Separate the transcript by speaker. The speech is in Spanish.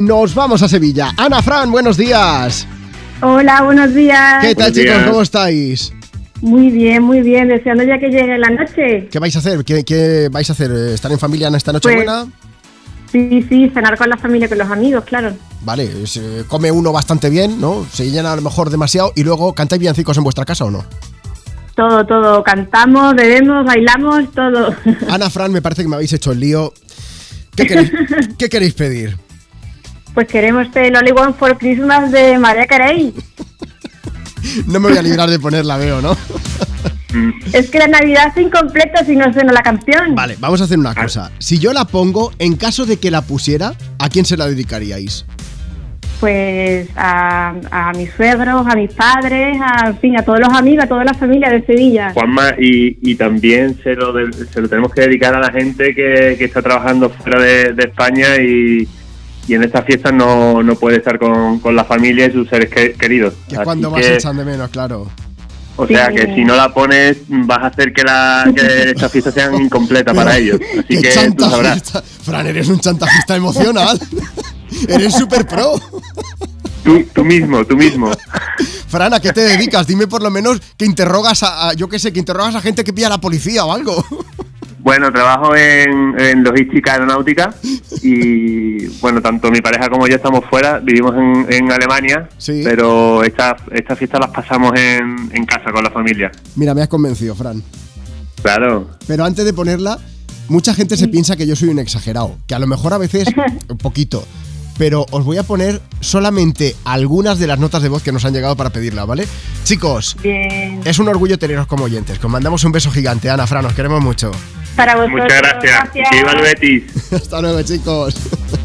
Speaker 1: nos vamos a Sevilla. Ana Fran, buenos días.
Speaker 2: Hola, buenos días.
Speaker 1: ¿Qué tal,
Speaker 2: Buenos
Speaker 1: chicos?
Speaker 2: días.
Speaker 1: ¿Cómo estáis?
Speaker 2: Muy bien, muy bien. Deseando ya que llegue la noche.
Speaker 1: ¿Qué vais a hacer? ¿Qué, qué vais a hacer? ¿Estar en familia en esta noche
Speaker 2: Pues,
Speaker 1: buena?
Speaker 2: Sí, sí, cenar con la familia, con los amigos, claro.
Speaker 1: Vale, se come uno bastante bien, ¿no? Se llena a lo mejor demasiado y luego cantáis villancicos en vuestra casa o no.
Speaker 2: Todo, todo. Cantamos, bebemos, bailamos, todo.
Speaker 1: Ana Fran, me parece que me habéis hecho el lío. ¿Qué queréis, qué queréis pedir?
Speaker 2: Pues queremos el Only One for Christmas de María Carey.
Speaker 1: No me voy a librar de ponerla, veo, ¿no?
Speaker 2: Es que la Navidad es incompleta si no suena la canción.
Speaker 1: Vale, vamos a hacer
Speaker 2: Ah.
Speaker 1: una cosa. Si yo la pongo, en caso de que la pusiera, ¿a quién se la dedicaríais?
Speaker 2: Pues a, a mis suegros, a mis padres, a, en fin, a todos los amigos, a toda la familia de Sevilla.
Speaker 3: Juanma, y, y también se lo, de- se lo tenemos que dedicar a la gente que, que está trabajando fuera de, de España y, y en estas fiestas no, no puede estar con, con la familia y sus seres que- queridos.
Speaker 1: Que
Speaker 3: Así
Speaker 1: es cuando vas
Speaker 3: que,
Speaker 1: echando de menos, claro.
Speaker 3: o sea
Speaker 1: Sí.
Speaker 3: que si no la pones vas a hacer que, la, que estas fiestas sean incompletas para ellos.
Speaker 1: ¡Qué
Speaker 3: Así que tú sabrás.
Speaker 1: chantajista! Fran, eres un chantajista emocional. eres súper pro.
Speaker 3: Tú, tú mismo, tú mismo.
Speaker 1: Fran, ¿a qué te dedicas? Dime por lo menos que interrogas a, a- yo qué sé, que interrogas a gente que pilla a la policía o algo.
Speaker 3: Bueno, trabajo en, en logística aeronáutica y bueno, tanto mi pareja como yo estamos fuera, vivimos en, en Alemania, pero estas estas fiestas las pasamos en, en casa con la familia.
Speaker 1: Mira, me has convencido, Fran.
Speaker 3: Claro.
Speaker 1: Pero antes de ponerla, mucha gente se piensa que yo soy un exagerado, que a lo mejor a veces un poquito. Pero os voy a poner solamente algunas de las notas de voz que nos han llegado para pedirla, ¿vale? Chicos,
Speaker 2: Bien.
Speaker 1: es un orgullo teneros como oyentes. Os mandamos un beso gigante, Ana, Fran, os queremos mucho.
Speaker 2: Para vosotros.
Speaker 3: Muchas gracias.
Speaker 2: gracias.
Speaker 3: Viva el Betis.
Speaker 1: Hasta luego, chicos.